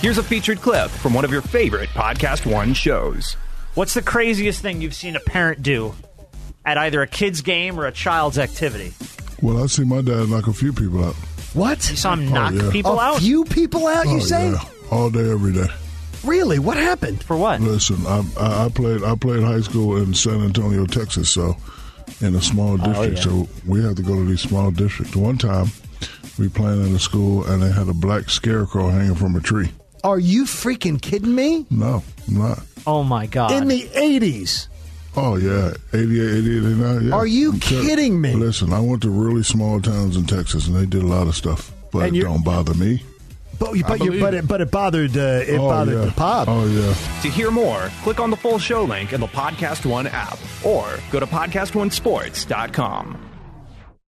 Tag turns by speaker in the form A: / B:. A: Here's a featured clip from one of your favorite Podcast One shows.
B: What's the craziest thing you've seen a parent do at either a kid's game or a child's activity?
C: Well, I see my dad knock a few people out.
D: What?
B: You saw him knock
C: yeah.
B: people
D: a
B: out?
D: few people out, you
C: Oh,
D: say?
C: yeah. All day, every day.
D: Really? What happened?
B: For what?
C: Listen, I, I, I played I played high school in San Antonio, Texas, so in a small district. So we had to go to these small districts. One time, we playing at a school, and they had a black scarecrow hanging from a tree.
D: Are you freaking kidding me?
C: No, I'm not.
B: Oh my god.
D: In the 80s.
C: Oh yeah, 88, 88, 89. Yeah.
D: Are you
C: tell-
D: kidding me?
C: Listen, I went to really small towns in Texas, and they did a lot of stuff, but
D: And
C: it
D: you're-
C: don't bother me.
D: But, you- but, you,
C: believe
D: but,
C: it.
D: it, but it bothered, uh, it
C: oh,
D: bothered
C: yeah.
D: the pop.
C: Oh yeah.
A: To hear more, click on the full show link in the Podcast One app or go to podcastonesports.com.